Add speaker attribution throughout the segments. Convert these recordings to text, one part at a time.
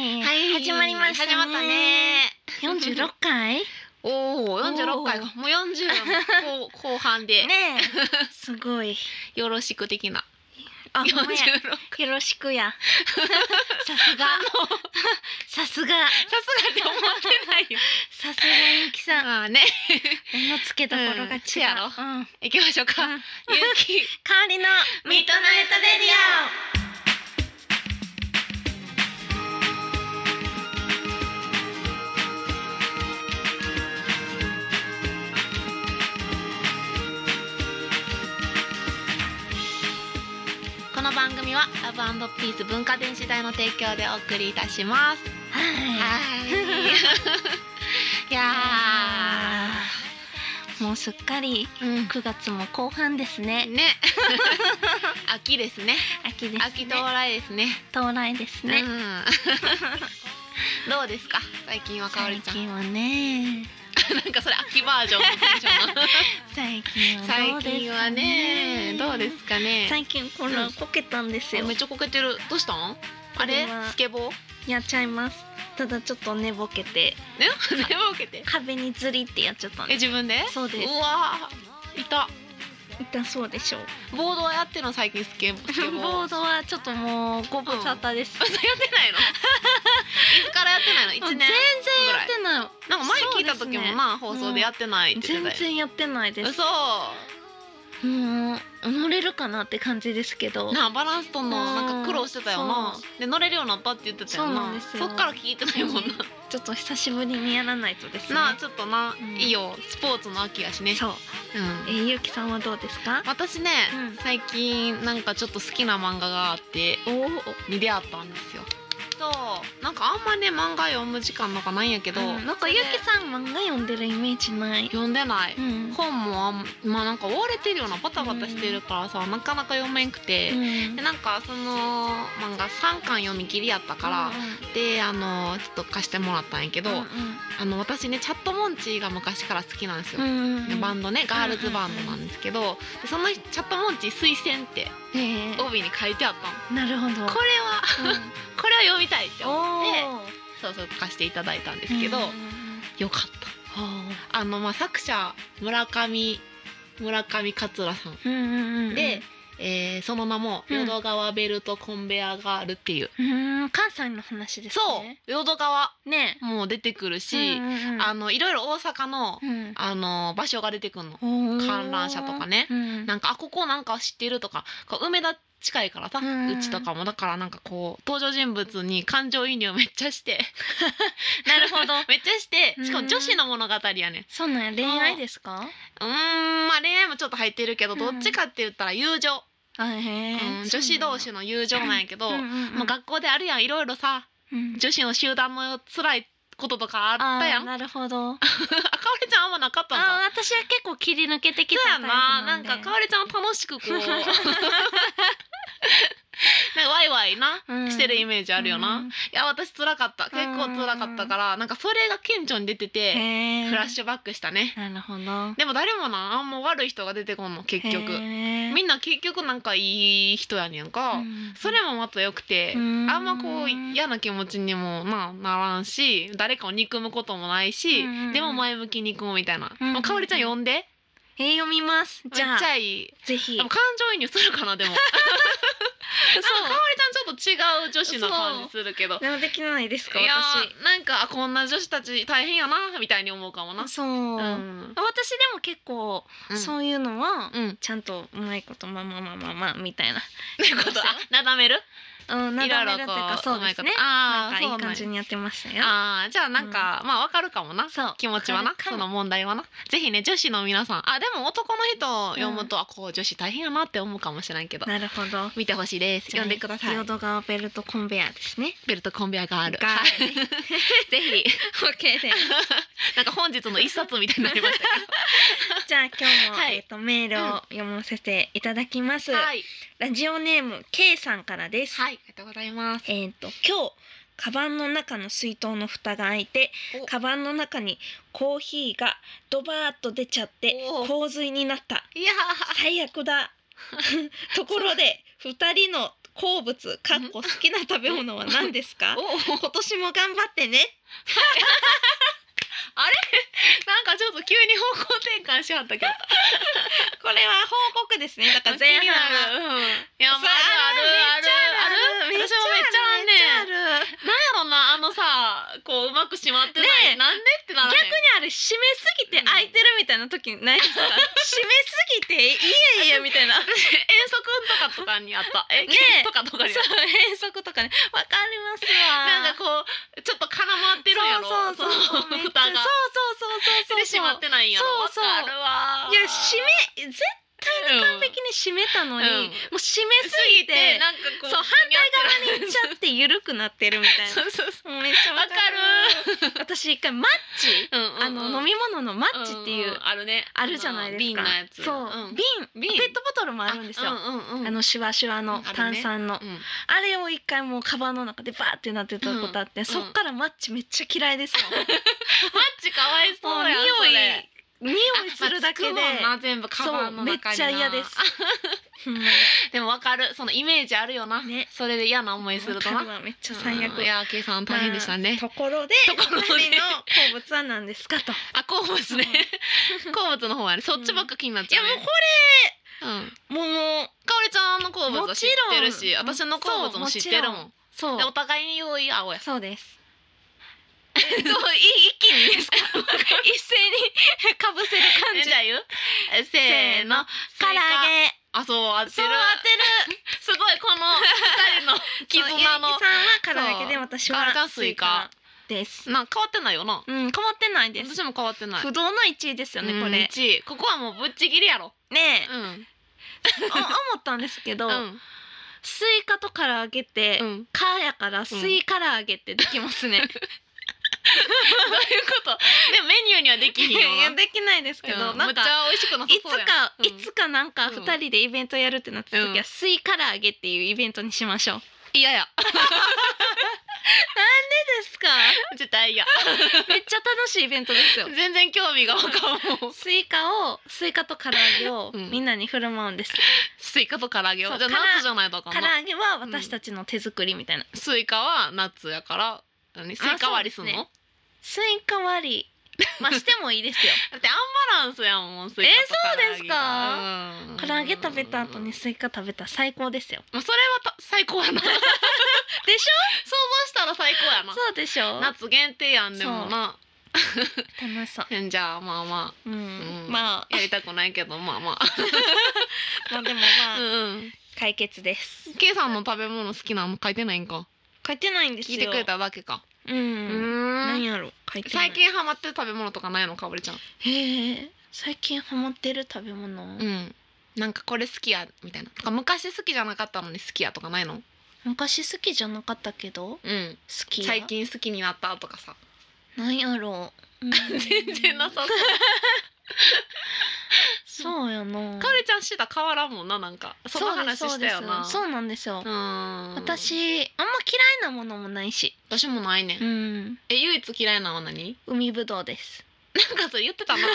Speaker 1: 始まりましたね
Speaker 2: 始まったね。
Speaker 1: 四十六回ね
Speaker 2: おお、四十六回がもう四十後後半で、
Speaker 1: えすごい
Speaker 2: よろしく的な
Speaker 1: あ
Speaker 2: 四十
Speaker 1: ほんまや
Speaker 2: 六。
Speaker 1: よろしくや さすが
Speaker 2: あのさ
Speaker 1: さすが
Speaker 2: すがって思ってないよ。
Speaker 1: さすがゆき さん
Speaker 2: まあね、
Speaker 1: 目の付けどころが違う、
Speaker 2: うんせやろ
Speaker 1: うん、代わ
Speaker 2: 行きましょうか。ゆうき、
Speaker 1: りの ミッドナイトレディ
Speaker 2: この番組はラブアンドピース文化電子代の提供でお送りいたします。
Speaker 1: オはい
Speaker 2: はい。 いや
Speaker 1: もうすっかり
Speaker 2: ー、うん、
Speaker 1: 九月も後半ですね
Speaker 2: ね、 秋ですね。
Speaker 1: 秋ですね
Speaker 2: 秋到来ですね。
Speaker 1: 到来ですね、
Speaker 2: うん。どうですか最近はかおり
Speaker 1: 最
Speaker 2: ちゃん。
Speaker 1: 近はね
Speaker 2: なんかそれ秋バージョンのテンションな
Speaker 1: 最近はど
Speaker 2: 最
Speaker 1: うですかね
Speaker 2: 近はねどうですかね。
Speaker 1: 最近こ
Speaker 2: う
Speaker 1: の
Speaker 2: ん
Speaker 1: こけたんです
Speaker 2: あ
Speaker 1: よ、
Speaker 2: めっちゃこけてる。どうしたん？あれ
Speaker 1: これは
Speaker 2: ス ケボー？
Speaker 1: やっちゃいますただちょっと寝ぼけて
Speaker 2: ね？寝ぼけて。
Speaker 1: 壁にずりってやっちゃったん
Speaker 2: え
Speaker 1: です
Speaker 2: 自分で？
Speaker 1: そうです
Speaker 2: うわーいた。
Speaker 1: 痛そうでし ょう
Speaker 2: ボードはやってるの最近スケ ボー。スケボ ー。
Speaker 1: ボードはちょっともうご無沙汰です、
Speaker 2: 嘘やってな いの？いつからやってないの？一
Speaker 1: もう
Speaker 2: 年
Speaker 1: 全然
Speaker 2: ぐら
Speaker 1: や
Speaker 2: い
Speaker 1: っ。てな
Speaker 2: なんか前聞いた時もな、放送でやってないっ
Speaker 1: い
Speaker 2: て言っ
Speaker 1: 全
Speaker 2: てたよ。
Speaker 1: 然やってないです
Speaker 2: 嘘。
Speaker 1: もう乗れるかなって感じですけど
Speaker 2: なあバランスとんの
Speaker 1: うん
Speaker 2: なんか苦労してたよな
Speaker 1: そう。
Speaker 2: で乗れるようになったって言ってたよ
Speaker 1: そうな
Speaker 2: なん
Speaker 1: です。
Speaker 2: そ
Speaker 1: よ
Speaker 2: っから聞いてないもんな。
Speaker 1: ちょっと久しぶりにやらないとですね
Speaker 2: なあちょっとな、
Speaker 1: うん
Speaker 2: いいよスポーツの秋やしね
Speaker 1: そう
Speaker 2: うん、
Speaker 1: えーゆうきさんはどうですか
Speaker 2: 私ね、
Speaker 1: うん
Speaker 2: 最近なんかちょっと好きな漫画があって
Speaker 1: おお
Speaker 2: に出会ったんですよそうなんかあんまね漫画読む時間なんかないんやけど、
Speaker 1: なんかゆうきさん漫画読んでるイメージない
Speaker 2: 読んでない、
Speaker 1: うん
Speaker 2: 本もあんまあなんか追われてるようなバタバタしてるからさ、なかなか読めんくて、
Speaker 1: うん
Speaker 2: でなんかその漫画3巻読み切りやったから、であのちょっと貸してもらったんやけど、
Speaker 1: うん
Speaker 2: あの私ねチャットモンチーが昔から好きなんですよ、
Speaker 1: うんうん
Speaker 2: バンドねガールズバンドなんですけど、でそのチャットモンチー推薦って
Speaker 1: えー
Speaker 2: 帯に書いてあったの、
Speaker 1: なるほど
Speaker 2: これは
Speaker 1: う
Speaker 2: これは読みたいって
Speaker 1: ん
Speaker 2: 思って
Speaker 1: おー
Speaker 2: そうそう貸していただいたんですけど、
Speaker 1: うん
Speaker 2: よかったあの、まあ、作者村上村上桂さん、
Speaker 1: うんうんうん
Speaker 2: で、えーその名も「
Speaker 1: うん
Speaker 2: 淀川ベルトコンベアガール」っていう、
Speaker 1: うん関西の話ですね
Speaker 2: そう淀川
Speaker 1: そうね
Speaker 2: も出てくるし、あ
Speaker 1: あ
Speaker 2: のいろいろ大阪の、あの場所が出てくるの観覧車とかね
Speaker 1: うん
Speaker 2: なんかあここなんか知ってるとかこう梅田近いからさ、
Speaker 1: う
Speaker 2: うんちとかもだからなんかこう登場人物に感情移入めっちゃして
Speaker 1: なるほど
Speaker 2: めっちゃしてしか
Speaker 1: うん
Speaker 2: も女子の物語やねん
Speaker 1: そうなんや恋愛ですか
Speaker 2: うーんまあ恋愛もちょっと入ってるけど
Speaker 1: うん
Speaker 2: どっちかって言ったら友情、
Speaker 1: あへ
Speaker 2: うん
Speaker 1: ー
Speaker 2: 女子同士の友情なんやけど、
Speaker 1: うんうんうん
Speaker 2: まあ、学校であるやんいろいろさ
Speaker 1: うん
Speaker 2: 女子の集団の辛いこととかあったや
Speaker 1: あー
Speaker 2: んあか
Speaker 1: なるほどあ
Speaker 2: おりちゃんあんまなかったんだ
Speaker 1: ー私は結構切り抜けてき
Speaker 2: そう
Speaker 1: た
Speaker 2: や
Speaker 1: タイプ
Speaker 2: ななん
Speaker 1: で
Speaker 2: かかおりちゃんは楽しくこ うなんかワイワイな、
Speaker 1: うん
Speaker 2: してるイメージあるよな、
Speaker 1: うん
Speaker 2: いや私辛かった結構辛かったから、なんかそれが顕著に出て
Speaker 1: へ
Speaker 2: て、
Speaker 1: ー
Speaker 2: フラッシュバックしたね
Speaker 1: なるほど
Speaker 2: でも誰もなあんま悪い人が出てこんの結局
Speaker 1: へー
Speaker 2: みんな結局なんかいい人やねんか、
Speaker 1: うん
Speaker 2: それもまた良くて、
Speaker 1: うん
Speaker 2: あんまこう嫌な気持ちにもなならんし誰かを憎むこともないし、
Speaker 1: うん
Speaker 2: でも前向きに行こうみたいな、
Speaker 1: うん
Speaker 2: もうかおりちゃん呼んで、
Speaker 1: えー読みますじ
Speaker 2: め
Speaker 1: ゃ
Speaker 2: っ
Speaker 1: あ
Speaker 2: ちゃいい
Speaker 1: ぜひ
Speaker 2: でも感情移入するか なでもなんかかおりちゃんちょっと違う女子の感じするけどい
Speaker 1: でもできないですか
Speaker 2: や
Speaker 1: 私
Speaker 2: ーなんかあこんな女子たち大変やなみたいに思うかもな
Speaker 1: あそう、
Speaker 2: うん
Speaker 1: 私でも結構、
Speaker 2: う
Speaker 1: そういうのは、
Speaker 2: うんって
Speaker 1: ちゃんとうまいことまあまあまあまあまあみたいな
Speaker 2: ことあなだめる
Speaker 1: うんな
Speaker 2: ろ
Speaker 1: だ
Speaker 2: いろ
Speaker 1: める
Speaker 2: こ
Speaker 1: っていうかそうですね
Speaker 2: うまいことあ
Speaker 1: なん
Speaker 2: あ
Speaker 1: かいい感じ
Speaker 2: に
Speaker 1: にやってましたよ
Speaker 2: あーじゃあなんか、まあわかるかもな
Speaker 1: そう
Speaker 2: 気持ちはな
Speaker 1: わかるかも
Speaker 2: その問題はなぜひね女子の皆さんあでも男の人読むと、あこう女子大変やなって思うかもしれんけど
Speaker 1: なるほど
Speaker 2: 見てほしいです読んでください
Speaker 1: 淀川ベルトコンベヤーですね
Speaker 2: ベルトコンベアガール
Speaker 1: ガール
Speaker 2: はいぜひ
Speaker 1: OK です
Speaker 2: なんか本日の一冊みたいになりました
Speaker 1: じゃあ今日も、
Speaker 2: はい
Speaker 1: えっ、とメールを読ませていただきます、
Speaker 2: けどはい
Speaker 1: ラジオネーム K さんからです、
Speaker 2: はいありがとうございます
Speaker 1: えっ、と今日カバンの中の水筒の蓋が開いて
Speaker 2: お
Speaker 1: カバンの中にコーヒーがドバーッと出ちゃって
Speaker 2: おー
Speaker 1: 洪水になった
Speaker 2: いや
Speaker 1: 最悪だところで二人の好物かっこ好きな食べ物は何ですか
Speaker 2: お おなん
Speaker 1: 今年も頑張ってね
Speaker 2: かちょっと急に方向転換しはったけ ど
Speaker 1: これは報告ですねだから前
Speaker 2: 前半
Speaker 1: 半
Speaker 2: うんいやまあ
Speaker 1: そう
Speaker 2: あるあるある
Speaker 1: めっち
Speaker 2: 私
Speaker 1: ゃ
Speaker 2: もめっちゃあんね
Speaker 1: あるめっちゃある
Speaker 2: なんやろなあのさこううまく閉まってない、
Speaker 1: ねえ
Speaker 2: なんでってならへん
Speaker 1: 逆にあれ締めすぎて開いてるみたいな時ないですか締めすぎていいやいやみたいなそう
Speaker 2: 遠足とかとかにあ った
Speaker 1: ね
Speaker 2: え、ケ
Speaker 1: え
Speaker 2: ーキとかとかにあった
Speaker 1: 変則とかねわかりますわ
Speaker 2: なんかこうちょっと絡まってるやろ
Speaker 1: そうそうそう
Speaker 2: その
Speaker 1: めっちゃ
Speaker 2: 蓋が
Speaker 1: そうそうそうそうそうそう
Speaker 2: で閉まってないんやろ
Speaker 1: そうそう
Speaker 2: わかるわ
Speaker 1: いや締め絶
Speaker 2: め
Speaker 1: 対完璧に締めたのに、
Speaker 2: うんうん
Speaker 1: もう締めす
Speaker 2: す
Speaker 1: ぎ
Speaker 2: ぎ
Speaker 1: て
Speaker 2: てなんかこう
Speaker 1: そう反
Speaker 2: 対
Speaker 1: めっちゃって緩くなってるみたいな
Speaker 2: そうそうそ
Speaker 1: もうめっちゃ
Speaker 2: う
Speaker 1: わ
Speaker 2: わ
Speaker 1: か
Speaker 2: か
Speaker 1: る
Speaker 2: る
Speaker 1: 私一回マッチ
Speaker 2: うんうんうん
Speaker 1: あの飲み物のマッチっていう、
Speaker 2: んんあるね
Speaker 1: あるじゃないですか
Speaker 2: あの瓶のやつ
Speaker 1: そう、
Speaker 2: ん
Speaker 1: 瓶
Speaker 2: 瓶
Speaker 1: ペットボトルもあるんですよあ,、
Speaker 2: うんうんうん
Speaker 1: のシュワシュワの
Speaker 2: うんあるね
Speaker 1: 炭酸のあ,、
Speaker 2: うん
Speaker 1: れを一回もうカバンの中でバーってなってたことあって、
Speaker 2: ん
Speaker 1: そっからマッチめっちゃ嫌いですよ、
Speaker 2: マッチかわい
Speaker 1: も
Speaker 2: そうう
Speaker 1: 匂
Speaker 2: やんそれ
Speaker 1: い匂いするだけで
Speaker 2: あまあつくもんな全部カバ
Speaker 1: そ
Speaker 2: ン
Speaker 1: う
Speaker 2: の
Speaker 1: めっ
Speaker 2: 中にな
Speaker 1: ちゃ嫌です
Speaker 2: あ
Speaker 1: うん
Speaker 2: でもわかるそのイメージあるよな
Speaker 1: ね
Speaker 2: それで嫌な思いすると
Speaker 1: わか
Speaker 2: な
Speaker 1: るわめっちゃ最悪、
Speaker 2: うんいやーケイさん大変でしたね、
Speaker 1: ところで
Speaker 2: ところで
Speaker 1: お二人の好物は何です かと
Speaker 2: あ好物ね 好物の方はねそっちばっか気になっ
Speaker 1: い
Speaker 2: ち
Speaker 1: や
Speaker 2: ゃう
Speaker 1: も
Speaker 2: ね、
Speaker 1: うこ
Speaker 2: うん
Speaker 1: れもうもう
Speaker 2: かおりちゃんの好物は知ってるし
Speaker 1: もちろん
Speaker 2: 私の好物も知ってるもん
Speaker 1: そ
Speaker 2: でお互いに用意青や
Speaker 1: そうです
Speaker 2: そういい一気にですか
Speaker 1: 一斉にかぶせる 感じ
Speaker 2: じゃあ言うえせーの
Speaker 1: 唐揚げ
Speaker 2: あそう合って
Speaker 1: そう
Speaker 2: る
Speaker 1: 当てる
Speaker 2: すごいこの二人 の 絆の
Speaker 1: そうゆうきさんは唐揚げで
Speaker 2: そう
Speaker 1: 私
Speaker 2: あれ
Speaker 1: は
Speaker 2: がスイカ
Speaker 1: です
Speaker 2: なんか変わってないよな
Speaker 1: うん変わってないです
Speaker 2: 私も変わってない
Speaker 1: 不動の1位ですよねこ
Speaker 2: うん
Speaker 1: れ
Speaker 2: 一位ここはもうぶっちぎりやろ
Speaker 1: ねえ
Speaker 2: うん
Speaker 1: お思ったんですけど
Speaker 2: うん
Speaker 1: スイカと唐揚げって
Speaker 2: うん
Speaker 1: 「か」やから「スイ唐揚げ」ってできますね
Speaker 2: そういうこと。でもメニューにはできひん
Speaker 1: い
Speaker 2: よ
Speaker 1: や
Speaker 2: な。
Speaker 1: できないですけど
Speaker 2: うん
Speaker 1: な
Speaker 2: め
Speaker 1: ん
Speaker 2: っちゃ
Speaker 1: か
Speaker 2: 美味しくない
Speaker 1: つ
Speaker 2: さそうやん。
Speaker 1: か
Speaker 2: うん
Speaker 1: いつかなんか
Speaker 2: うん
Speaker 1: 二人でイベントやるってなった
Speaker 2: う
Speaker 1: 時
Speaker 2: ん
Speaker 1: は「スイ唐揚げ」っていうイベントにしましょう
Speaker 2: いやいや。
Speaker 1: ですか
Speaker 2: 絶対いや。
Speaker 1: めっちゃ楽しいイベントですよ
Speaker 2: 全然興味がわかんもう。
Speaker 1: スイカをスイカと唐揚げを
Speaker 2: うん
Speaker 1: みんなに振る舞うんです、
Speaker 2: スイカと唐揚げ
Speaker 1: そ
Speaker 2: を。
Speaker 1: う
Speaker 2: じゃあ
Speaker 1: から
Speaker 2: ナッツじゃないとあかん
Speaker 1: 唐
Speaker 2: な。
Speaker 1: 揚げは私たちの手作りみたいな、
Speaker 2: スイカはナッツやから。何スイカ割りすんの？
Speaker 1: そうスイカ割りまあしてもいいですよ
Speaker 2: だってアンバランスやもん。スイカと
Speaker 1: えそうですか
Speaker 2: 唐
Speaker 1: 唐揚
Speaker 2: 揚
Speaker 1: げ
Speaker 2: げがう
Speaker 1: 食
Speaker 2: ん
Speaker 1: べた後にスイカ食べたら最高ですよ
Speaker 2: まあそれはた最高 やな。想像
Speaker 1: でし
Speaker 2: したら最高や
Speaker 1: ょ
Speaker 2: な。
Speaker 1: そうでしょ
Speaker 2: 夏限定やんでもな。
Speaker 1: 楽しそう、
Speaker 2: じゃあまあま
Speaker 1: うん
Speaker 2: うん
Speaker 1: まあ
Speaker 2: あやりたくないけどまあま
Speaker 1: まあでも
Speaker 2: あ。
Speaker 1: まあ、
Speaker 2: うん。
Speaker 1: 解決です
Speaker 2: ケイさんの食べ物好きなの書いてないんか。
Speaker 1: 書いてないんです
Speaker 2: 聞
Speaker 1: よ
Speaker 2: いてくれただけか。
Speaker 1: うん、
Speaker 2: う
Speaker 1: 何
Speaker 2: ん。
Speaker 1: やろ書いてない
Speaker 2: 最近ハマってる食べ物とかないのかおりちゃん。
Speaker 1: へえ最近ハマってる食べ物、
Speaker 2: うん。なんかこれ好きやみたいな。とか昔好きじゃなかったのに好きやとかないの？
Speaker 1: 昔好きじゃなかったけど好
Speaker 2: うん。
Speaker 1: きや
Speaker 2: 最近好きになったとか さ。
Speaker 1: なんや ろう、
Speaker 2: 全然なさそう。
Speaker 1: そうやな
Speaker 2: かおりちゃんしてた変わらんもんななんか。その話
Speaker 1: そう
Speaker 2: し
Speaker 1: で
Speaker 2: た
Speaker 1: す
Speaker 2: よな。
Speaker 1: そうですそうなんですよ、
Speaker 2: うん。
Speaker 1: 私あんま嫌いなものもないし
Speaker 2: 私もないね
Speaker 1: う。ん
Speaker 2: え唯一嫌いなのは何？
Speaker 1: 海ぶどうです
Speaker 2: なん かそれ言っ てたな。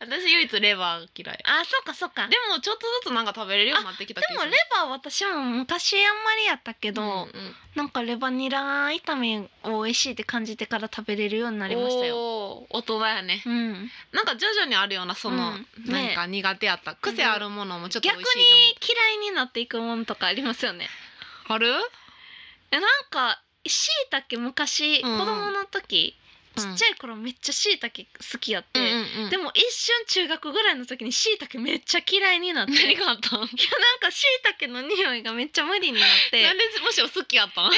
Speaker 2: 私唯一レバー嫌い。
Speaker 1: あそうかそうか
Speaker 2: で
Speaker 1: で
Speaker 2: もちょっとずつなんか食べれるようになってきた気が
Speaker 1: も
Speaker 2: す
Speaker 1: レ
Speaker 2: る。
Speaker 1: バー私も昔あんまりやったけど、
Speaker 2: うんうん
Speaker 1: なんかレバニラ炒めを美味しいって感じてから食べれるようになりましたよ
Speaker 2: おー大人やね
Speaker 1: うん
Speaker 2: なんか徐々にあるようなそ
Speaker 1: う
Speaker 2: の、
Speaker 1: ん
Speaker 2: な
Speaker 1: ね
Speaker 2: んか苦手やった癖あるものもちょっと美
Speaker 1: 逆
Speaker 2: 味
Speaker 1: に
Speaker 2: しい
Speaker 1: 嫌いになっていくものとかありますよね
Speaker 2: かもある
Speaker 1: えなんかしいたけ昔、
Speaker 2: うん
Speaker 1: 子供の時ちっちゃい頃めっちゃしいたけ好きやって、で
Speaker 2: も
Speaker 1: も一瞬中学ぐらいの時にしいたけめっちゃ嫌いに なっていや
Speaker 2: 何
Speaker 1: なん
Speaker 2: があったんなんで
Speaker 1: かしいたけの匂いがめっちゃ無理にな ってわかん
Speaker 2: むしろ好きやったん
Speaker 1: な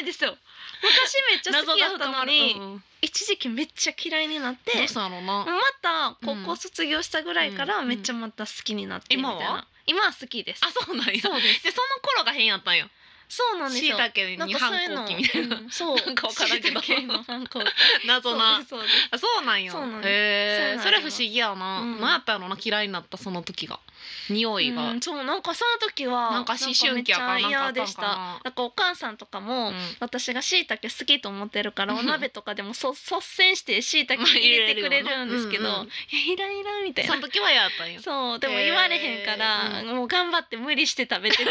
Speaker 1: いですよ昔めっちゃ好きやったのに、
Speaker 2: うん
Speaker 1: 一時期めっちゃ嫌いになって
Speaker 2: どうしたのな、
Speaker 1: また高校卒業したぐらいからめっちゃまた好きになってみたいな、
Speaker 2: うん今は
Speaker 1: 今は好きです
Speaker 2: あそうなんや
Speaker 1: そうです
Speaker 2: でその頃が変やったんや
Speaker 1: そうなんです
Speaker 2: しい
Speaker 1: よ
Speaker 2: たけ
Speaker 1: なん
Speaker 2: に
Speaker 1: か
Speaker 2: 反
Speaker 1: そういうの
Speaker 2: 抗期みたいな
Speaker 1: うんそう
Speaker 2: なんかわからんけど
Speaker 1: 椎茸の反抗期
Speaker 2: 謎な
Speaker 1: そうですそうです
Speaker 2: あそうなんや
Speaker 1: そうなんです
Speaker 2: へえ
Speaker 1: そうなんや
Speaker 2: それ不思議やな、
Speaker 1: うん
Speaker 2: なんやったのな嫌いになったその時が匂いが、
Speaker 1: うんそうなんかその時は
Speaker 2: なんか思春期やか
Speaker 1: な
Speaker 2: ら
Speaker 1: んかめっちゃ嫌
Speaker 2: なんかあ
Speaker 1: で
Speaker 2: かん
Speaker 1: し
Speaker 2: か
Speaker 1: た
Speaker 2: な
Speaker 1: なんかお母さんとかも、
Speaker 2: うん
Speaker 1: 私がしいたけ好きと思ってるから
Speaker 2: うん
Speaker 1: お鍋とかでもそ率先してしいたけ入れてくれるんですけど、
Speaker 2: うんうん
Speaker 1: いやいらいらみたい
Speaker 2: そ
Speaker 1: な
Speaker 2: の時は嫌だ ったんよ
Speaker 1: そうでも言われへんから、
Speaker 2: へ
Speaker 1: もう頑張って無理して食べて て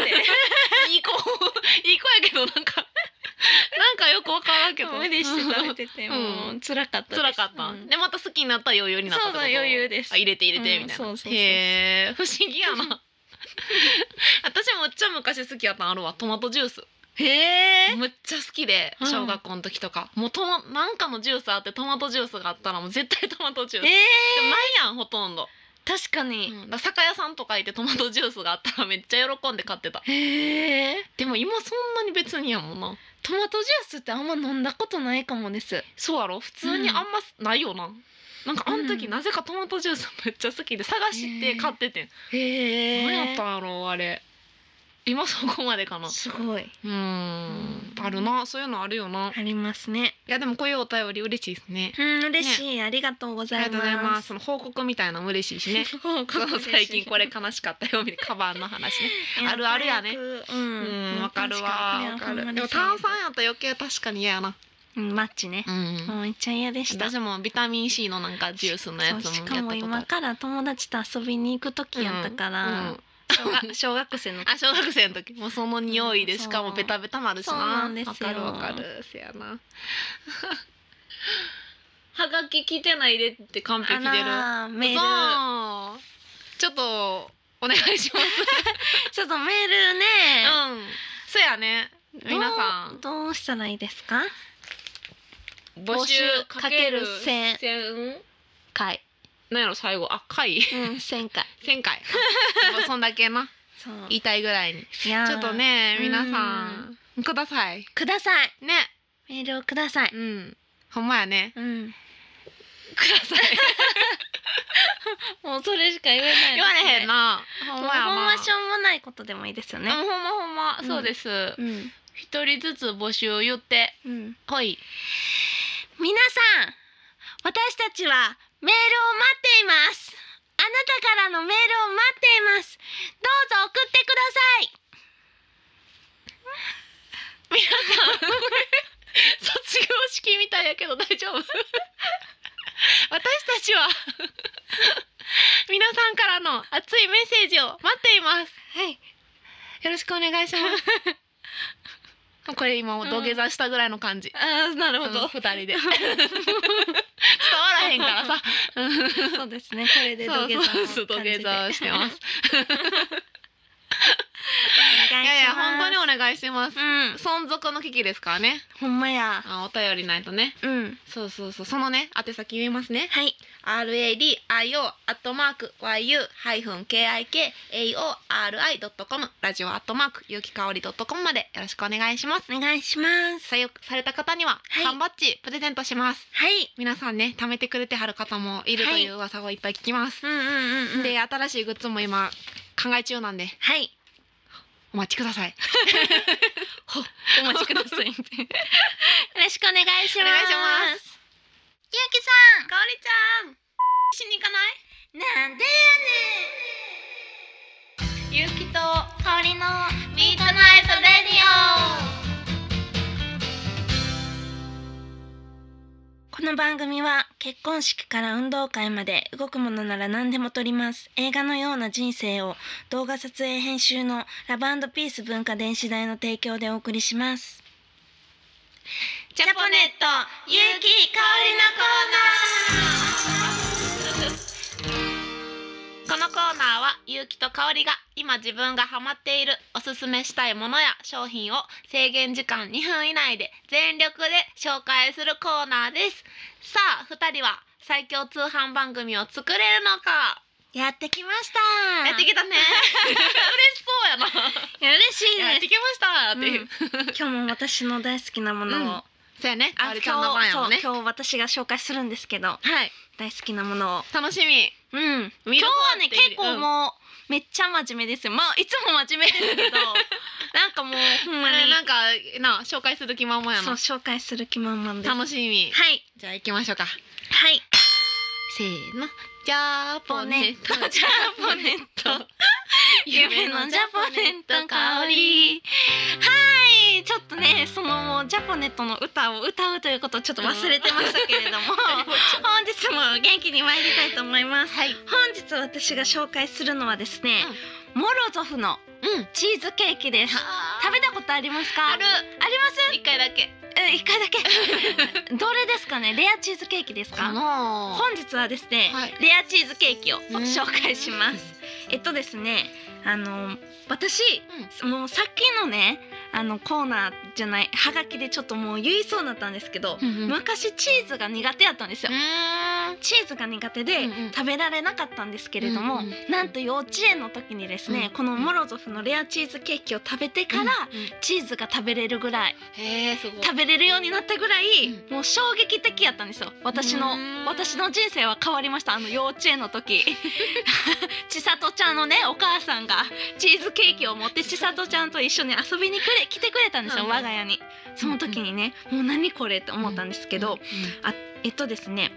Speaker 2: いい子いい子やけどなんか なんかよくわからんけど
Speaker 1: 無理して食べてて、
Speaker 2: うん
Speaker 1: もう辛かったです
Speaker 2: 辛かった、
Speaker 1: うん
Speaker 2: でまた好きになったら余裕になったってこと
Speaker 1: そうそう余裕です
Speaker 2: あ入れて入れてみたいな、
Speaker 1: うんそうそうそう
Speaker 2: へえ不思議やな私 もっちゃ昔好きやったんあるわトマトジュース
Speaker 1: へえ
Speaker 2: むっちゃ好きで
Speaker 1: うん
Speaker 2: 小学校の時とか、もうトマなんかのジュースあってトマトジュースがあったらもう絶対トマトジュース、
Speaker 1: え
Speaker 2: でもないやんほとんど、
Speaker 1: 確かに、
Speaker 2: うんだから酒屋さんとか行ってトマトジュースがあったらめっちゃ喜んで買ってた
Speaker 1: へえ
Speaker 2: でも今そんなに別にやもんな
Speaker 1: トマトジュースってあんま飲んだことないかもです
Speaker 2: そうやろ普通にあんまないよな、なんかあの時
Speaker 1: うん
Speaker 2: なぜかトマトジュースめっちゃ好きで探して買っててん、
Speaker 1: へえ
Speaker 2: 何やったんやろうあれ今そこまでかな
Speaker 1: すごい
Speaker 2: うんあるなそういうのあるよな、い
Speaker 1: ありますね
Speaker 2: やでもこういうお便り嬉しいですね
Speaker 1: うん嬉しい、ありがとうご
Speaker 2: あ
Speaker 1: ざ
Speaker 2: りが
Speaker 1: い
Speaker 2: とう
Speaker 1: ま
Speaker 2: ございます
Speaker 1: す
Speaker 2: その報告みたいなのも嬉しいしね
Speaker 1: 報告
Speaker 2: そう
Speaker 1: 嬉しい
Speaker 2: 最近これ悲しかったよみたいなカバンの話ねあるあるやね
Speaker 1: う
Speaker 2: うんんわかるわわかるでも炭酸やったら余計確かに嫌やな
Speaker 1: うんマッチね
Speaker 2: う、ん
Speaker 1: もうめっちゃ嫌でした
Speaker 2: 私もビタミン C のなんかジュースのやつも
Speaker 1: そう
Speaker 2: や
Speaker 1: し
Speaker 2: った
Speaker 1: か
Speaker 2: ことあ
Speaker 1: も
Speaker 2: る
Speaker 1: 今から友達と遊びに行く時やったから、
Speaker 2: うん
Speaker 1: 小学小学生の時
Speaker 2: あ小学生の時もうその匂いでしかもベタベタもあるしな
Speaker 1: そうなんですよ
Speaker 2: わかるわかるせやな はがき来てないでって完璧出る
Speaker 1: あらーメール
Speaker 2: 嘘ちょっとお願いし ます
Speaker 1: ちょっとメールね、
Speaker 2: うんそやね皆さん
Speaker 1: どうどうしたらいいですか
Speaker 2: 募集かける
Speaker 1: 募集かける千
Speaker 2: 千
Speaker 1: 回
Speaker 2: なんやろ最後あ回
Speaker 1: うん1000回
Speaker 2: 千 回まあそんだけな
Speaker 1: そう
Speaker 2: 言いたいぐらいに
Speaker 1: いやー
Speaker 2: ちょっとね
Speaker 1: うん
Speaker 2: 皆さんください
Speaker 1: ください
Speaker 2: ね
Speaker 1: メールをください
Speaker 2: うんほんまやね
Speaker 1: うん
Speaker 2: ください
Speaker 1: もうそれしか言えない
Speaker 2: 言われへん
Speaker 1: な
Speaker 2: な。ほ
Speaker 1: ほ
Speaker 2: ん
Speaker 1: ん
Speaker 2: まやな
Speaker 1: ましょうもないことでもいいですよ
Speaker 2: うん
Speaker 1: ね
Speaker 2: ほんまほんま、
Speaker 1: うん
Speaker 2: そうです。
Speaker 1: うん
Speaker 2: 一、人ずつ募集を言って。
Speaker 1: うん
Speaker 2: ほい。
Speaker 1: 皆さん私たちはメールを待っていますあなたからのメールを待っていますどうぞ送ってください
Speaker 2: 皆さん。これ 卒業式みたいやけど、大丈夫。 私たちは。 皆さんからの熱いメッセージを待っています。
Speaker 1: はい
Speaker 2: よろしくお願いします。 これ今土下座したぐらいの感じ。
Speaker 1: ああなる
Speaker 2: うん二、人で。 伝わらへんからさ。うん
Speaker 1: そうですねこれ で土下座
Speaker 2: そうそうそう土下座してます す。いやいや本当にお願いします。
Speaker 1: うん
Speaker 2: 存続の危機ですからね。
Speaker 1: ほんまや
Speaker 2: あお便りないとね。
Speaker 1: うん
Speaker 2: そうそうそうそのね宛先言いますね。
Speaker 1: はい
Speaker 2: R A D I O アットマーク Y U ハイフン K I K A O R I ドットコムラジオアットマーク有機香りドットコムまでよろしくお願いします。
Speaker 1: お願いします
Speaker 2: 採用された方には
Speaker 1: はい
Speaker 2: 缶バッジプレゼントします。
Speaker 1: はい
Speaker 2: 皆さんね貯めてくれてはる方もいると
Speaker 1: はい
Speaker 2: いう噂をいっぱい聞きます。
Speaker 1: うんうんうんうん
Speaker 2: で新しいグッズも今考え中なんで
Speaker 1: はい
Speaker 2: お待ちく ださい。
Speaker 1: お待ちくださいよろしくお願いします
Speaker 2: お願いします
Speaker 1: ゆうきさんかおりちゃんしに行かないなんでやねんゆうきとかおりのミートナイトレディオこの番組は結婚式から運動会まで動くものなら何でも撮ります映画のような人生を動画撮影編集のラブピース文化電子代の提供でお送りしますジャポネットゆうき香
Speaker 2: このコーナーはゆうきと香りが今自分がハマっているおすすめしたいものや商品を制限時間2分以内で全力で紹介するコーナーですさあ2人は最強通販番組を作れるのか
Speaker 1: りのコーナーやってきました
Speaker 2: やってきたね嬉しそうやな
Speaker 1: 嬉し
Speaker 2: やっ
Speaker 1: い
Speaker 2: て
Speaker 1: で
Speaker 2: きましたっていう、
Speaker 1: うんす今日も私の大好きなものを、
Speaker 2: うんそうやね
Speaker 1: あ
Speaker 2: あ
Speaker 1: 今
Speaker 2: れ
Speaker 1: 日
Speaker 2: ちゃんの番やもんね
Speaker 1: そう今日私が紹介するんですけど
Speaker 2: はい
Speaker 1: 大好きなものを
Speaker 2: 楽しみ
Speaker 1: うん今
Speaker 2: 見
Speaker 1: 日
Speaker 2: る
Speaker 1: は
Speaker 2: 方っ
Speaker 1: ね
Speaker 2: ていう
Speaker 1: 結構もう、めっちゃ真面目ですよまあいつも真面目です けどなんかもうほん
Speaker 2: こ
Speaker 1: ま
Speaker 2: れ
Speaker 1: に
Speaker 2: なんかな紹介する気満々や
Speaker 1: そう
Speaker 2: な
Speaker 1: 紹介する気満々ですは
Speaker 2: 楽しみ
Speaker 1: い
Speaker 2: じゃあ行きましょうか
Speaker 1: はい
Speaker 2: せーのジャポネット
Speaker 1: ジャポネッ ト夢のジャポネット香りはいちょっとねそのジャポネットの歌を歌うということをちょっと忘れてましたけれど も本日も元気に参りたいと思います
Speaker 2: はい
Speaker 1: 本日私が紹介するのはですね、モロゾフの
Speaker 2: うん
Speaker 1: チーズケーキです食べたことありますか
Speaker 2: ある
Speaker 1: あります
Speaker 2: 一回だけ
Speaker 1: え一回 だけどれですかねレアチーズケーキですか
Speaker 2: な
Speaker 1: 本日はですね、
Speaker 2: はい
Speaker 1: レアチーズケーキを紹介します。えっとですね、あの私、もうさっきのね、あのコーナーじゃないハガキでちょっともう言いそうになったんですけど、
Speaker 2: うんうん
Speaker 1: 昔チーズが苦手やったんですよ。
Speaker 2: うん
Speaker 1: チーズが苦手で
Speaker 2: うんうん
Speaker 1: 食べられなかったんですけれども、
Speaker 2: うんうん
Speaker 1: なんと幼稚園の時にですね、
Speaker 2: うん
Speaker 1: このモロゾフのレアチーズケーキを食べてから、
Speaker 2: うんうん
Speaker 1: チーズが食べれるぐらい
Speaker 2: へえすごい
Speaker 1: 食べれるようになったぐらい、
Speaker 2: う
Speaker 1: もう衝撃的やったんですよ私
Speaker 2: うー
Speaker 1: の
Speaker 2: ん
Speaker 1: 私の人生は変わりましたあの幼稚園の 時千里ちゃんのねお母さんがチーズケーキを持って千里ちゃんと一緒に遊びにくれ来てくれたんですよ
Speaker 2: うん
Speaker 1: 我が家にその時にねもう何これって思ったんですけど、
Speaker 2: う
Speaker 1: えっとですね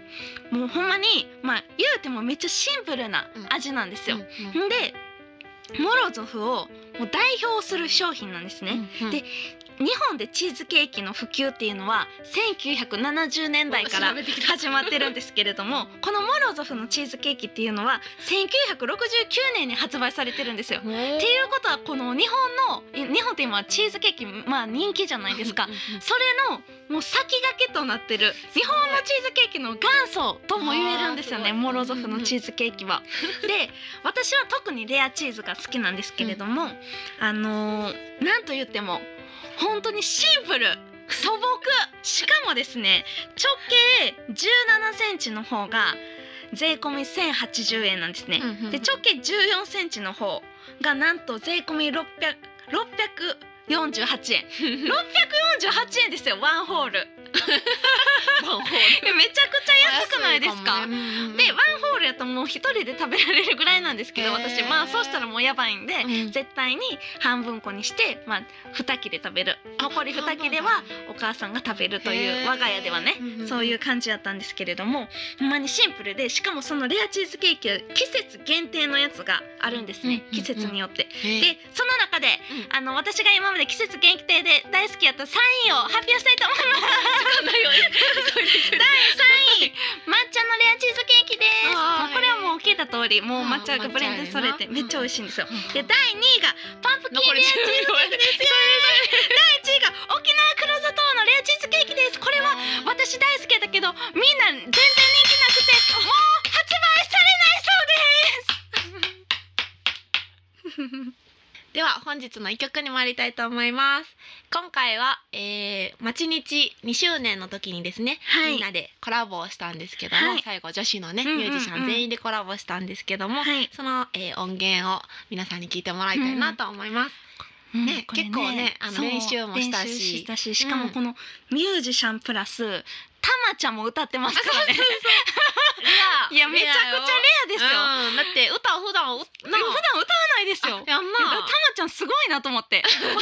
Speaker 1: もうほんまにまあ言うてもめっちゃシンプルな味なんですよ、
Speaker 2: んうん
Speaker 1: ん、でモロゾフをもう代表する商品なんですね、
Speaker 2: うん
Speaker 1: で日本でチーズケーキの普及っていうのは1970年代から
Speaker 2: 調べてきた
Speaker 1: 始まってるんですけれどもこのモロゾフのチーズケーキっていうのは1969年に発売されてるんですよ。
Speaker 2: うん
Speaker 1: っていうことはこの日本のい日本って今チーズケーキまあ人気じゃないですか
Speaker 2: うんうんうん
Speaker 1: それのもう先駆けとなってる日本のチーズケーキの元祖とも言えるんですよね
Speaker 2: あーすごい
Speaker 1: モロゾフのチーズケーキは。で私は特にレアチーズが好きなんですけれども、あのーなんと言っても本当にシンプル素朴しかもですね直径1 7センチの方が税込み1,080円なんですね。
Speaker 2: うんうんうん
Speaker 1: で直径1 4センチの方がなんと税込み600 648円648円ですよワンホール
Speaker 2: ワンホール
Speaker 1: えめちゃくちゃ安くないですか
Speaker 2: 安いもねうんうん
Speaker 1: でワンホールやともう一人で食べられるぐらいなんですけど
Speaker 2: へー
Speaker 1: 私まあそうしたらもうやばいんで、
Speaker 2: うん
Speaker 1: 絶対に半分こにして、まあ、2切れ食べる残り2切れはお母さんが食べるとい
Speaker 2: へ
Speaker 1: う
Speaker 2: ー
Speaker 1: 我が家ではね
Speaker 2: うんうん
Speaker 1: そういう感じだったんですけれどもほんまにシンプルでしかもそのレアチーズケーキは季節限定のやつがあるんですね
Speaker 2: うんうんうん
Speaker 1: 季節によって。
Speaker 2: へえ
Speaker 1: でその中で
Speaker 2: うん
Speaker 1: あの私が今まで季節限定で大好きやった3位を発表したいと思います。 第3位抹茶のレアチーズケーキです。
Speaker 2: あー
Speaker 1: まあこれはもう聞いた通りもう抹茶がブレンドされて
Speaker 2: うん抹茶やねんな
Speaker 1: めっちゃ美味しいんですよ。
Speaker 2: うん
Speaker 1: で第2位がパンプキンレアチーズケーキ ですよ。第1位が沖縄黒砂糖のレアチーズケーキです。これは 私大好きだけどみんな全然人気なくてもう発売されないそうです。
Speaker 2: では本日の一曲に参りたいと思います今回は、えー、町日2周年の時にですね、
Speaker 1: はい
Speaker 2: みんなでコラボをしたんですけども、
Speaker 1: はい
Speaker 2: 最後女子のね
Speaker 1: うんうんうん
Speaker 2: ミュージシャン全員でコラボしたんですけども、
Speaker 1: はい。
Speaker 2: その、えー、音源を皆さんに聞いてもらいたいなと思います、ね
Speaker 1: これ
Speaker 2: 結構ねあの
Speaker 1: そう
Speaker 2: 練習もしたし
Speaker 1: 練習したししか
Speaker 2: う
Speaker 1: も
Speaker 2: ん
Speaker 1: このミュージシャンプラスたまちゃんも歌ってますからね いやめちゃくちゃレアですよ、
Speaker 2: うん、だって歌を普段う
Speaker 1: でも普段歌わないですよ
Speaker 2: あやん
Speaker 1: たま
Speaker 2: な
Speaker 1: ちゃんすごいなと思って私町日の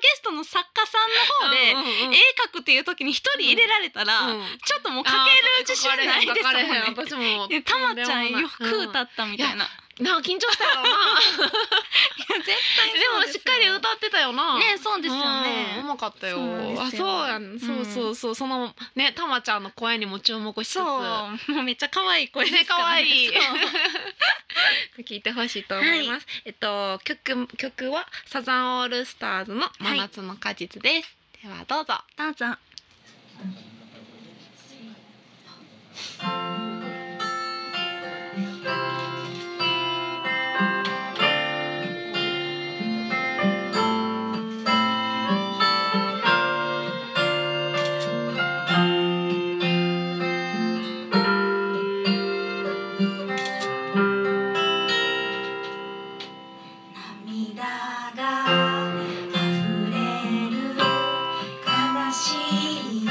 Speaker 1: ゲストの作家さんの方で、
Speaker 2: うんうんうん
Speaker 1: 絵描くっていう時に一人入れられたら、
Speaker 2: うん
Speaker 1: ちょっともうかける自信ないですもん
Speaker 2: あ
Speaker 1: ね
Speaker 2: ー書かれへん書かれへん私も
Speaker 1: いやたまちゃんよく歌
Speaker 2: っ
Speaker 1: ったみたいな、いや
Speaker 2: た、なんか緊張したよな
Speaker 1: 絶対
Speaker 2: でもしっかり歌ってたよな。
Speaker 1: ねそうですよね、
Speaker 2: うんうまかったよ。
Speaker 1: そうなんで
Speaker 2: あ、
Speaker 1: す
Speaker 2: そ
Speaker 1: よ
Speaker 2: うやん。そうそうそう。そのね、たまちゃんの声にも注目しつつ、
Speaker 1: そうもうめっちゃ可愛い声ですからね
Speaker 2: ね可愛い
Speaker 1: そう
Speaker 2: 聞いてほしいと思います。えっと曲曲はサザンオールスターズの真夏の果実です。ではどうぞ。
Speaker 1: どうぞ。
Speaker 3: 涙が溢れる悲しい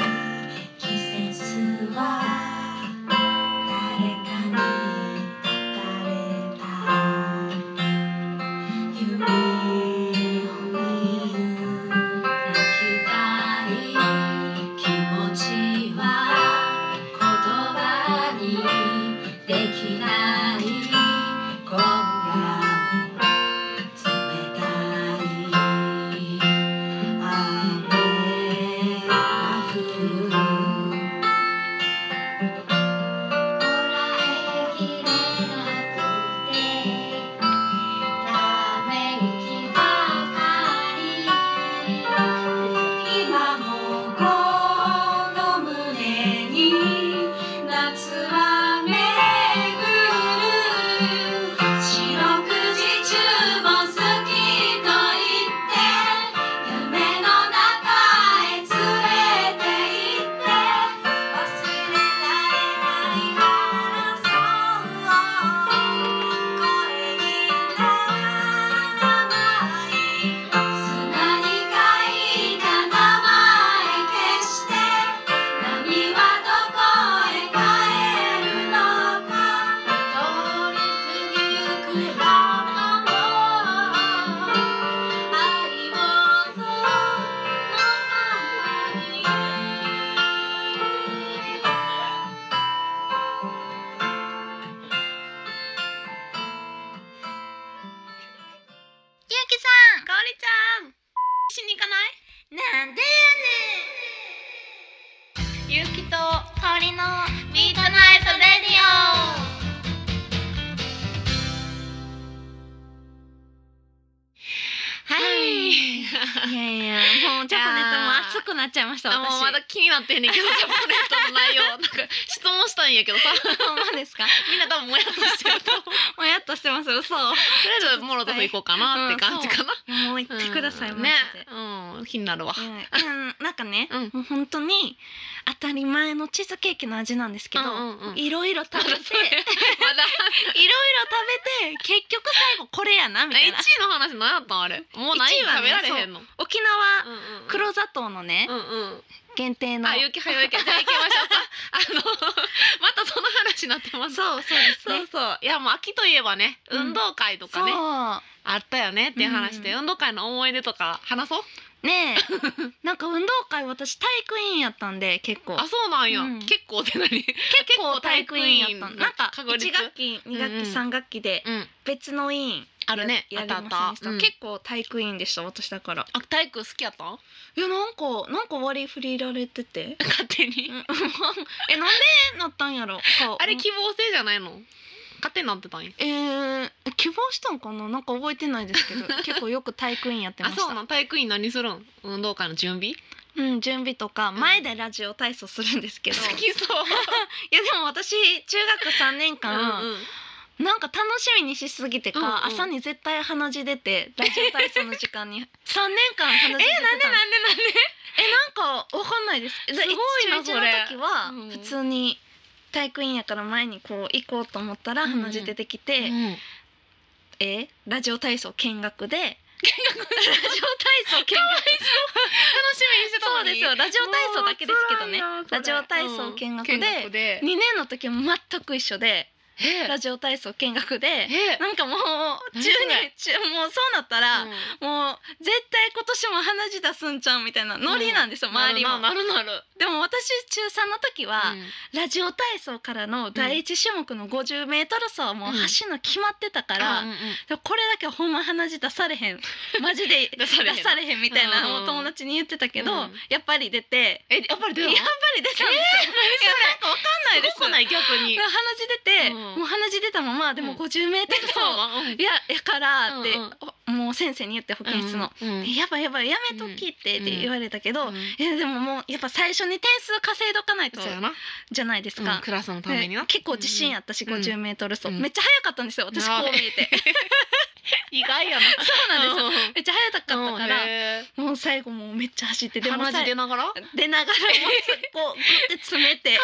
Speaker 3: 季節は誰かに抱かれた夢を見る泣きたい気持ちは言葉にでき
Speaker 2: りちゃんしに行かない
Speaker 1: なんで
Speaker 2: ゆうきと香りのミートナイトレディオはい
Speaker 1: やいやもうジャパネットも熱くなっちゃいました
Speaker 2: で
Speaker 1: 私
Speaker 2: もまだ気になってんねんけどジャパネットの内容なんか質問したんやけどさ
Speaker 1: ほんまですか
Speaker 2: みんな多分もやっとしてると思う
Speaker 1: もやっとしてます嘘い
Speaker 2: とりあえずモロトフ行こうかなって感じかな、
Speaker 1: やもう言ってください、
Speaker 2: うん
Speaker 1: マ
Speaker 2: ね
Speaker 1: ジで
Speaker 2: うん気になるわ
Speaker 1: いやいやなんかね、
Speaker 2: う
Speaker 1: も
Speaker 2: ん
Speaker 1: う本当に当たり前のチーズケーキの味なんですけど、
Speaker 2: うんうんうん
Speaker 1: いろいろ食べ ていろいろ食
Speaker 2: まだ
Speaker 1: べて結局最後これやなみた
Speaker 2: え
Speaker 1: い
Speaker 2: 一
Speaker 1: な
Speaker 2: 位の話何やったんあれもうない
Speaker 1: 一位はね
Speaker 2: 食べられへんの、
Speaker 1: 沖縄
Speaker 2: うんうんうん
Speaker 1: 黒砂糖のね、
Speaker 2: うんうん
Speaker 1: 限定の
Speaker 2: あゆきはよいけじゃあ行きましょうかあのまたその話になってます
Speaker 1: そうそうです
Speaker 2: そう
Speaker 1: ね
Speaker 2: そういやもう秋といえばね
Speaker 1: うん
Speaker 2: 運動会とかね、あったよねっていう話で、
Speaker 1: うん
Speaker 2: 運動会の思い出とか話そう
Speaker 1: う ねえなんか運動会私体育委員やったんで結構
Speaker 2: あそうなんや、
Speaker 1: うん
Speaker 2: 結構って何結
Speaker 1: 結構体育委員やったんなんか
Speaker 2: 確率
Speaker 1: 1学期2
Speaker 2: うんう
Speaker 1: 学
Speaker 2: ん
Speaker 1: 期3学期で
Speaker 2: うん
Speaker 1: 別の委員
Speaker 2: あるね
Speaker 1: や
Speaker 2: あっ
Speaker 1: り
Speaker 2: た
Speaker 1: ま
Speaker 2: あ
Speaker 1: せんでした、
Speaker 2: ったうん
Speaker 1: 結構体育委員でした私だから
Speaker 2: あ体育好きやったん
Speaker 1: いやなんかなんか割り振りられてて
Speaker 2: 勝手に、
Speaker 1: うん えなんでなったんやろか
Speaker 2: あれ
Speaker 1: うん
Speaker 2: 希望制じゃないの勝手になってたんや
Speaker 1: えー、希望したんかななんか覚えてないですけ ど結構よく体育委員やってま
Speaker 2: あ
Speaker 1: し
Speaker 2: そう
Speaker 1: た
Speaker 2: なん体育委員何するん運動会の準備
Speaker 1: うん準備とか前でラジオ体操するんですけ
Speaker 2: 好
Speaker 1: ど、い
Speaker 2: きそう
Speaker 1: やでも私中学3年間、
Speaker 2: うんうん
Speaker 1: なんか楽しみにしすぎてか、
Speaker 2: うんうん
Speaker 1: 朝に絶対鼻血出てラジオ体操の時間に 3年間鼻血出てたんで
Speaker 2: なんで
Speaker 1: えなんかわかんないですす
Speaker 2: ごいな
Speaker 1: 中
Speaker 2: それ
Speaker 1: 1の時は
Speaker 2: うん
Speaker 1: 普通に体育委員やから前にこう行こうと思ったら
Speaker 2: うんうん
Speaker 1: 鼻血出てきて、
Speaker 2: なんで
Speaker 1: えラジオ体操見学で見学ラジオ体操見学
Speaker 2: 楽しみにしてた
Speaker 1: そ
Speaker 2: の
Speaker 1: うで
Speaker 2: に
Speaker 1: すよラジオ体操だけですけどね
Speaker 2: もう辛いなそ
Speaker 1: ラ
Speaker 2: れ
Speaker 1: ジオ体操見学で
Speaker 2: うん見学
Speaker 1: 2
Speaker 2: で
Speaker 1: 年の時も全く一緒で
Speaker 2: え
Speaker 1: ラジオ体操見学で
Speaker 2: え
Speaker 1: なんかもう
Speaker 2: 何
Speaker 1: 10
Speaker 2: それ
Speaker 1: 年中もうそうなったら、もう絶対今年も鼻血出すんちゃうみたいなノリなんですよ、周りも
Speaker 2: なるなるなる
Speaker 1: でも私中3の時は、ラジオ体操からの第一種目の 50m 走はもう走るの決まってたか、
Speaker 2: から
Speaker 1: でもこれだけはほんま鼻血出されへん マジで
Speaker 2: 出されへん
Speaker 1: 出されへんみたいな
Speaker 2: うんうん
Speaker 1: お友達に言ってたけど、
Speaker 2: うん
Speaker 1: やっぱり出て、
Speaker 2: えやっぱり出るの
Speaker 1: やっぱり出たんですよ、いやなんかわかんないです
Speaker 2: すごくない逆 に
Speaker 1: 鼻血出て、
Speaker 2: うん
Speaker 1: もう鼻血出たままでも
Speaker 2: うん
Speaker 1: 50m 走、 いややからって、
Speaker 2: うんうん
Speaker 1: おもう先生に言って保健室の、
Speaker 2: うんうん
Speaker 1: でやばいやばいやめときって」って言われたけど、
Speaker 2: うん
Speaker 1: いやでももうやっぱ最初に点数稼いどかないと
Speaker 2: そうやな
Speaker 1: じゃないです
Speaker 2: うん
Speaker 1: か。
Speaker 2: クラスのため
Speaker 1: で
Speaker 2: にな
Speaker 1: 結構自信やったし、
Speaker 2: うん
Speaker 1: 50メートル走、
Speaker 2: うん
Speaker 1: めっちゃ速かったんですよ。私
Speaker 2: な
Speaker 1: こ
Speaker 2: あ
Speaker 1: う見えて、
Speaker 2: 意外やな
Speaker 1: そうなんですよ。
Speaker 2: ですよ
Speaker 1: めっちゃ速かったから、もう最後もうめっちゃ走って、でも
Speaker 2: 鼻血出
Speaker 1: 出
Speaker 2: ながらかわ
Speaker 1: 出ながらもこうグって詰め て、
Speaker 2: い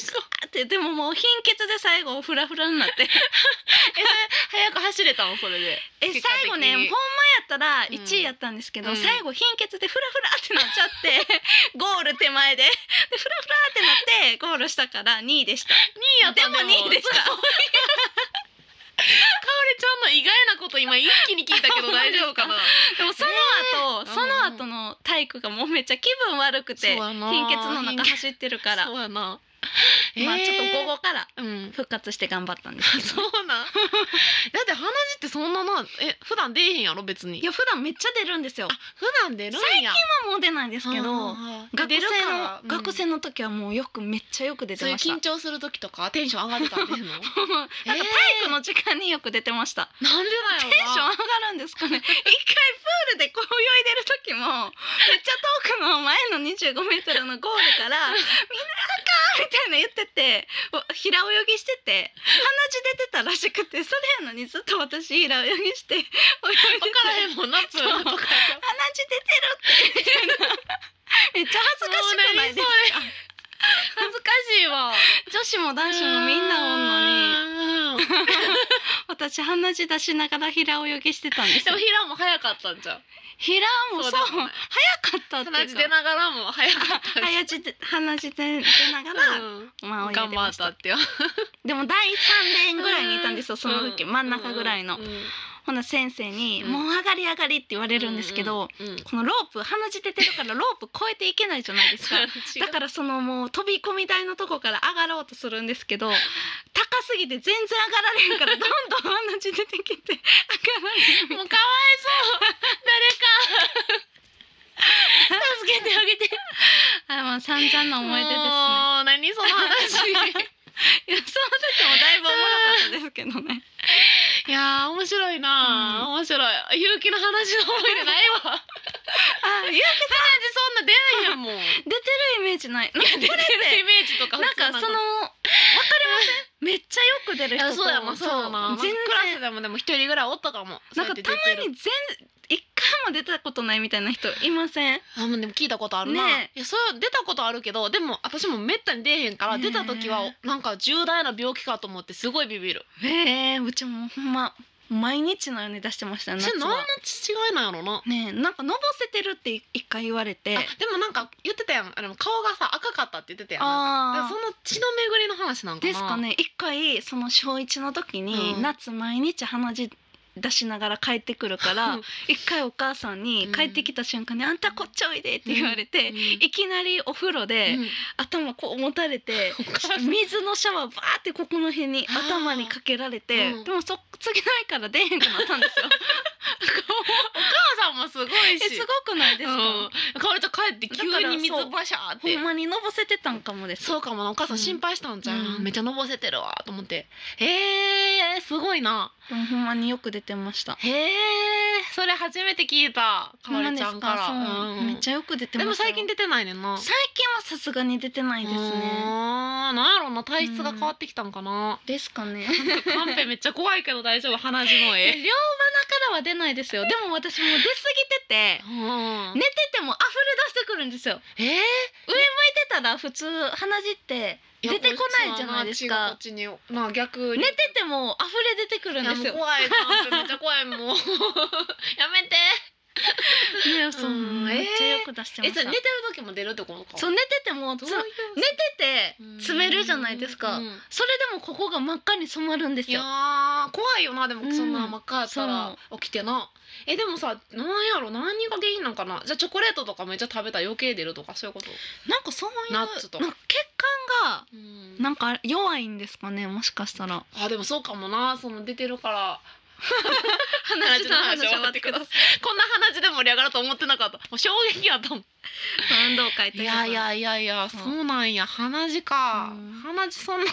Speaker 2: そう
Speaker 1: あってでももう貧血で最後フラフラにな って、
Speaker 2: 早く走れたのそれで
Speaker 1: え
Speaker 2: 結果
Speaker 1: 最
Speaker 2: 的に
Speaker 1: 後ね、ほんまやったら1位やったんですけど、
Speaker 2: うん
Speaker 1: 最後貧血でフラフラってなっちゃ って、ゴール手前ででフラフラってなってゴールしたから2位でした。
Speaker 2: 2位やったん
Speaker 1: でも2位でした。
Speaker 2: かおりちゃんの意外なこと今一気に聞いたけど大丈夫かな
Speaker 1: でもその後、
Speaker 2: ねえ
Speaker 1: その後の体育がもうめっちゃ気分悪くて
Speaker 2: そうやな
Speaker 1: 貧血の中走ってるから、
Speaker 2: そう やな
Speaker 1: まあちょっと午後から
Speaker 2: とうん
Speaker 1: 復活して頑張ったんですけど。
Speaker 2: そうなんだって鼻血ってそんななえ普段出えへんやろ別に
Speaker 1: いや普段めっちゃ出るんですよ。
Speaker 2: あ普段出るんや
Speaker 1: 今もう出ないんですけど、学生の、学生
Speaker 2: の
Speaker 1: の時はもうよくめっちゃよく出て
Speaker 2: そういう
Speaker 1: ました。
Speaker 2: 緊張する時とかテンション上がってたんでんの なんか
Speaker 1: なんか体育の時間によく出てました。
Speaker 2: なんでだよ
Speaker 1: テンション上がるんですかね。一回プールでこう泳いでる時もめっちゃ遠くの前の25メートルのゴールからみんなあかんみたいな言っててお平泳ぎしてて鼻血出てたらしくてそれやのにずっと私平泳ぎして泳いでて
Speaker 2: 分からへんもんなプールとか
Speaker 1: 鼻血出てるってみたいなめっちゃ恥ずかしくないですか
Speaker 2: 恥ずかしいわ
Speaker 1: 女子も男子もみんなおんのに
Speaker 2: のに
Speaker 1: 私鼻血出しながら平泳ぎしてたんです
Speaker 2: で
Speaker 1: よ
Speaker 2: もヒラも早かったんじゃん
Speaker 1: 平もそう
Speaker 2: そうだも
Speaker 1: 早
Speaker 2: んね
Speaker 1: かったっていうか
Speaker 2: 鼻血出ながらも早かったんじ
Speaker 1: 鼻血で鼻血で出なが
Speaker 2: ゃ
Speaker 1: ら、
Speaker 2: ん
Speaker 1: まあ泳い
Speaker 2: 頑
Speaker 1: で
Speaker 2: 張
Speaker 1: ま
Speaker 2: っ
Speaker 1: したた
Speaker 2: ってよ
Speaker 1: でも第3年ぐらいにいたんですよその時、真ん中ぐらいの、
Speaker 2: うんうんうん
Speaker 1: ほな先生に「
Speaker 2: うん
Speaker 1: もう上がり上がり」って言われるんですけど、
Speaker 2: うんうんうん
Speaker 1: このロープ鼻血出てるからロープ越えていけないじゃないです かだからそのもう飛び込み台のとこから上がろうとするんですけど高すぎて全然上がら れへんからどんどん鼻血出てきて上がられへんみたいな
Speaker 2: もうかわいそう誰か
Speaker 1: 散々な思い出ですね。
Speaker 2: もう何その話
Speaker 1: いやその時もだいぶおもろかったですけどね。
Speaker 2: いやー面白いなー、面白い勇気の話の思い出ないわ
Speaker 1: あいや
Speaker 2: 私そんな出ないやもん
Speaker 1: 出てるイメージない。なんか
Speaker 2: 出てるイメージとか
Speaker 1: なんかそのわかりません。めっちゃよく出る人
Speaker 2: あ
Speaker 1: と
Speaker 2: そうやなそうやな
Speaker 1: 全然
Speaker 2: クラスでもでも一人ぐらいおったかも
Speaker 1: なんかたまに全一回も出たことないみたいな人いません。
Speaker 2: あもうでも聞いたことあるな、
Speaker 1: ね
Speaker 2: いやそう出たことあるけどでも私もめったに出えへんから
Speaker 1: ねえ
Speaker 2: 出た時はなんか重大な病気かと思ってすごいビビる
Speaker 1: ええうちもほんま毎日のように出してましたね。
Speaker 2: それ
Speaker 1: 夏
Speaker 2: 何の
Speaker 1: は
Speaker 2: 違いなんやろな
Speaker 1: ねえなんかのぼせてるって一回言われて
Speaker 2: あ。でもなんか言ってたやんあの顔がさ赤かったって言ってたやんなんかだから
Speaker 1: あ
Speaker 2: そ
Speaker 1: あ
Speaker 2: の。血の巡りの話なんかな
Speaker 1: ですかね一回その小一の時に、
Speaker 2: うん
Speaker 1: 夏毎日鼻血出しながら帰ってくるから 一回お母さんに
Speaker 2: うん
Speaker 1: 帰ってきた瞬間に「あんたこっちおいで」って言われ
Speaker 2: う
Speaker 1: て
Speaker 2: ん、
Speaker 1: いきなりお風呂で、
Speaker 2: うん
Speaker 1: 頭こう持たれて
Speaker 2: お母さん
Speaker 1: 水のシャワーバーってここの辺に
Speaker 2: あー
Speaker 1: 頭にかけられて、
Speaker 2: うん
Speaker 1: でもそ次の日から出へんくなったんです よ。
Speaker 2: お母さんもすごい
Speaker 1: え
Speaker 2: し
Speaker 1: すごくないですか、
Speaker 2: うん、かおりちゃん帰って急に水バシャーっ
Speaker 1: ほ
Speaker 2: て
Speaker 1: んまにのぼせてたんかもです。
Speaker 2: そうかもなお母さん
Speaker 1: うん
Speaker 2: 心配したんじゃん、
Speaker 1: うん
Speaker 2: めっちゃのぼせてるわと思ってへえすごいな
Speaker 1: でもほんまによく出てました。
Speaker 2: へえそれ初めて聞いたかおりちゃんから
Speaker 1: ほんまですかそう、
Speaker 2: うん
Speaker 1: めっちゃよく出てま
Speaker 2: でも
Speaker 1: したよ
Speaker 2: 最近出てないねんな
Speaker 1: 最近はさすがに出てないですね。
Speaker 2: あーなんやろな体質が変わってきたんかな、
Speaker 1: ですか ね。
Speaker 2: カンペめっちゃ怖いけど大丈夫鼻血の
Speaker 1: え両
Speaker 2: 絵
Speaker 1: 鼻からは出ないですよ。でも私もう出過ぎてて
Speaker 2: う。ん
Speaker 1: 寝てても溢れ出してくるんですよ。
Speaker 2: えー
Speaker 1: 寝てたら普通鼻血って出てこないじゃないです
Speaker 2: やこ
Speaker 1: か
Speaker 2: っ。ちはな血がこっちにまあ逆
Speaker 1: 寝
Speaker 2: に
Speaker 1: てても溢れ出てくるんですよ。
Speaker 2: いやもう怖いカンペめっちゃ怖い もうやめて
Speaker 1: ね、そう、
Speaker 2: うん
Speaker 1: めっちゃよく出してま
Speaker 2: え
Speaker 1: し
Speaker 2: それ
Speaker 1: た。
Speaker 2: 寝てる時も出るってことか
Speaker 1: そう寝ててもつ
Speaker 2: どう
Speaker 1: 寝て
Speaker 2: いう
Speaker 1: て詰めるじゃないですか。
Speaker 2: うん
Speaker 1: それでもここが真っ赤に染まるんです
Speaker 2: いや
Speaker 1: よ。
Speaker 2: ー怖いよなでもそんな真っ赤やった
Speaker 1: う
Speaker 2: ら
Speaker 1: ん
Speaker 2: 起きてな、えでもさなんやろ何が原因なんかなじゃあチョコレートとかめっちゃ食べたら余計出るとかそういうこと、
Speaker 1: なんかそういう
Speaker 2: ナッツとか
Speaker 1: なんか血管が
Speaker 2: うん
Speaker 1: なんか弱いんですかねもしかしたら
Speaker 2: あでもそうかもなその出てるから
Speaker 1: 鼻血の話終わってください
Speaker 2: こんな鼻血で盛り上がると思ってなかったもう衝撃やったもん
Speaker 1: 運動会と
Speaker 2: い
Speaker 1: いえば
Speaker 2: やいやいやいや、そうなんや鼻血か、
Speaker 1: うん
Speaker 2: 鼻血そんな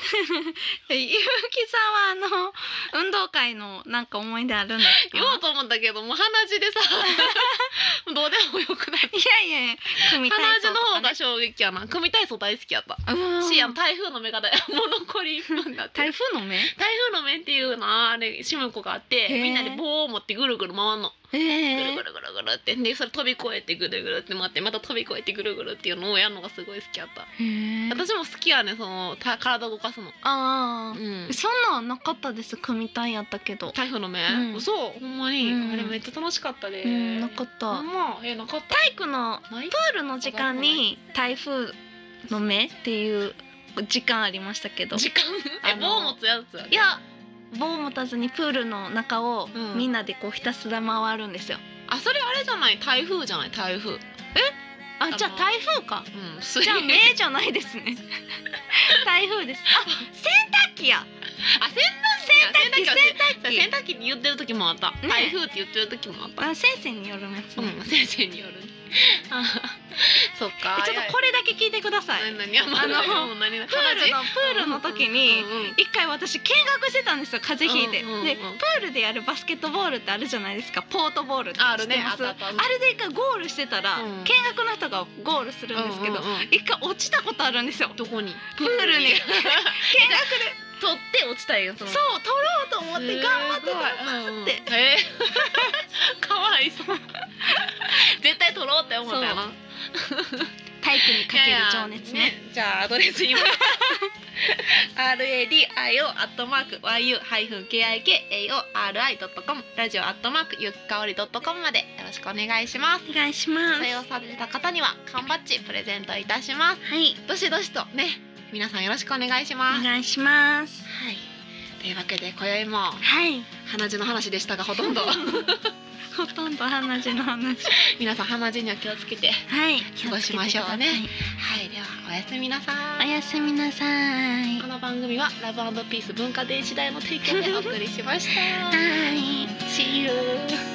Speaker 1: えゆうきさんはあの運動会のなんか思い出あるんですか
Speaker 2: 言おうと思ったけどもう鼻血でさ どうでもよくない
Speaker 1: いやいや組
Speaker 2: 鼻
Speaker 1: 体
Speaker 2: 血
Speaker 1: 操
Speaker 2: の
Speaker 1: とか
Speaker 2: 方
Speaker 1: ね
Speaker 2: が衝撃やな組体操大好きやった
Speaker 1: うん
Speaker 2: しやん台風の目がだ もう残り1分だって
Speaker 1: 台
Speaker 2: 台
Speaker 1: 風の目
Speaker 2: 風の目っていうなあれ種目があって
Speaker 1: へえ
Speaker 2: みんなで棒を持ってぐるぐる回んのぐる
Speaker 1: え
Speaker 2: ぐ
Speaker 1: ー、
Speaker 2: るぐるぐるってでそれ飛び越えてぐるぐるって回ってまた飛び越えてぐるぐるっていうのをやるのがすごい好きやった
Speaker 1: へー
Speaker 2: 私も好きやねそのた体動かすの
Speaker 1: あ
Speaker 2: う
Speaker 1: ー、
Speaker 2: ん
Speaker 1: そんなんなかったです組体やったけど、
Speaker 2: 台風の目
Speaker 1: うん
Speaker 2: そうほんまに
Speaker 1: うん
Speaker 2: あれめっちゃ楽しかったで
Speaker 1: うんなかった、
Speaker 2: ほんまえなかった
Speaker 1: 体育の
Speaker 2: ない
Speaker 1: プールの時間に台風の目っていう時間ありましたけど
Speaker 2: 時間え
Speaker 1: あの
Speaker 2: 棒持つやつ
Speaker 1: いや棒持たずにプールの中を
Speaker 2: うん
Speaker 1: みんなでこうひたすら回るんですよ、
Speaker 2: あそれあれじゃない台風じゃない台風あの
Speaker 1: あじゃあ台風か
Speaker 2: うん
Speaker 1: じゃあ
Speaker 2: 水
Speaker 1: 目じゃないです ね台風ですあ洗濯機や
Speaker 2: あ洗
Speaker 1: 洗濯機洗 濯機
Speaker 2: 洗濯機って言ってる時もあった、
Speaker 1: ね
Speaker 2: 台風って言ってる時もあった、
Speaker 1: あ先生によるやつね、
Speaker 2: うん、先 生によるあそっか
Speaker 1: えちょっとこれだけ聞いといてください
Speaker 2: 何何あんま
Speaker 1: あの
Speaker 2: うん何
Speaker 1: プールのプールの時に
Speaker 2: うんうんうん
Speaker 1: 一回私見学してたんですよ風邪ひいて、
Speaker 2: うんうんうん
Speaker 1: でプールでやるバスケットボールってあるじゃないですかポートボールって
Speaker 2: あるね
Speaker 1: 知ってます
Speaker 2: あったあった
Speaker 1: あれで一回ゴールしてたら、
Speaker 2: うん
Speaker 1: 見学の人がゴールするんですけど、
Speaker 2: うんうんうん
Speaker 1: 一回落ちたことあるんですよ
Speaker 2: どこに
Speaker 1: プール に見学
Speaker 2: 取って落ちたいよそ
Speaker 1: で
Speaker 2: の
Speaker 1: そう取ろうと思って頑張ってたら
Speaker 2: 頑
Speaker 1: って
Speaker 2: えー かわいそう絶対取ろうって思ったよな
Speaker 1: 体育にかける情熱ね
Speaker 2: じゃあアドレス 言います RADIO アットマーク YU-KIKAORI.com ラジオアットマークゆきかおり .com までよろしくお願いします
Speaker 1: お願いします
Speaker 2: 採用された方には缶バッジプレゼントいたします
Speaker 1: はい
Speaker 2: どしどしとね皆さんよろしくお願いしま
Speaker 1: お
Speaker 2: す
Speaker 1: 願いします
Speaker 2: はいというわけで今宵も
Speaker 1: はい
Speaker 2: 鼻血の話でしたがほとん ど
Speaker 1: ほとんど鼻血の話
Speaker 2: 皆さん鼻血には気をつけては
Speaker 1: はい
Speaker 2: 過ごしましょうねいではおやすみなさ
Speaker 1: お
Speaker 2: い
Speaker 1: やすみなさい
Speaker 2: この番組は ラブピース文化電子代の提供でお送りしました
Speaker 1: はい
Speaker 2: See you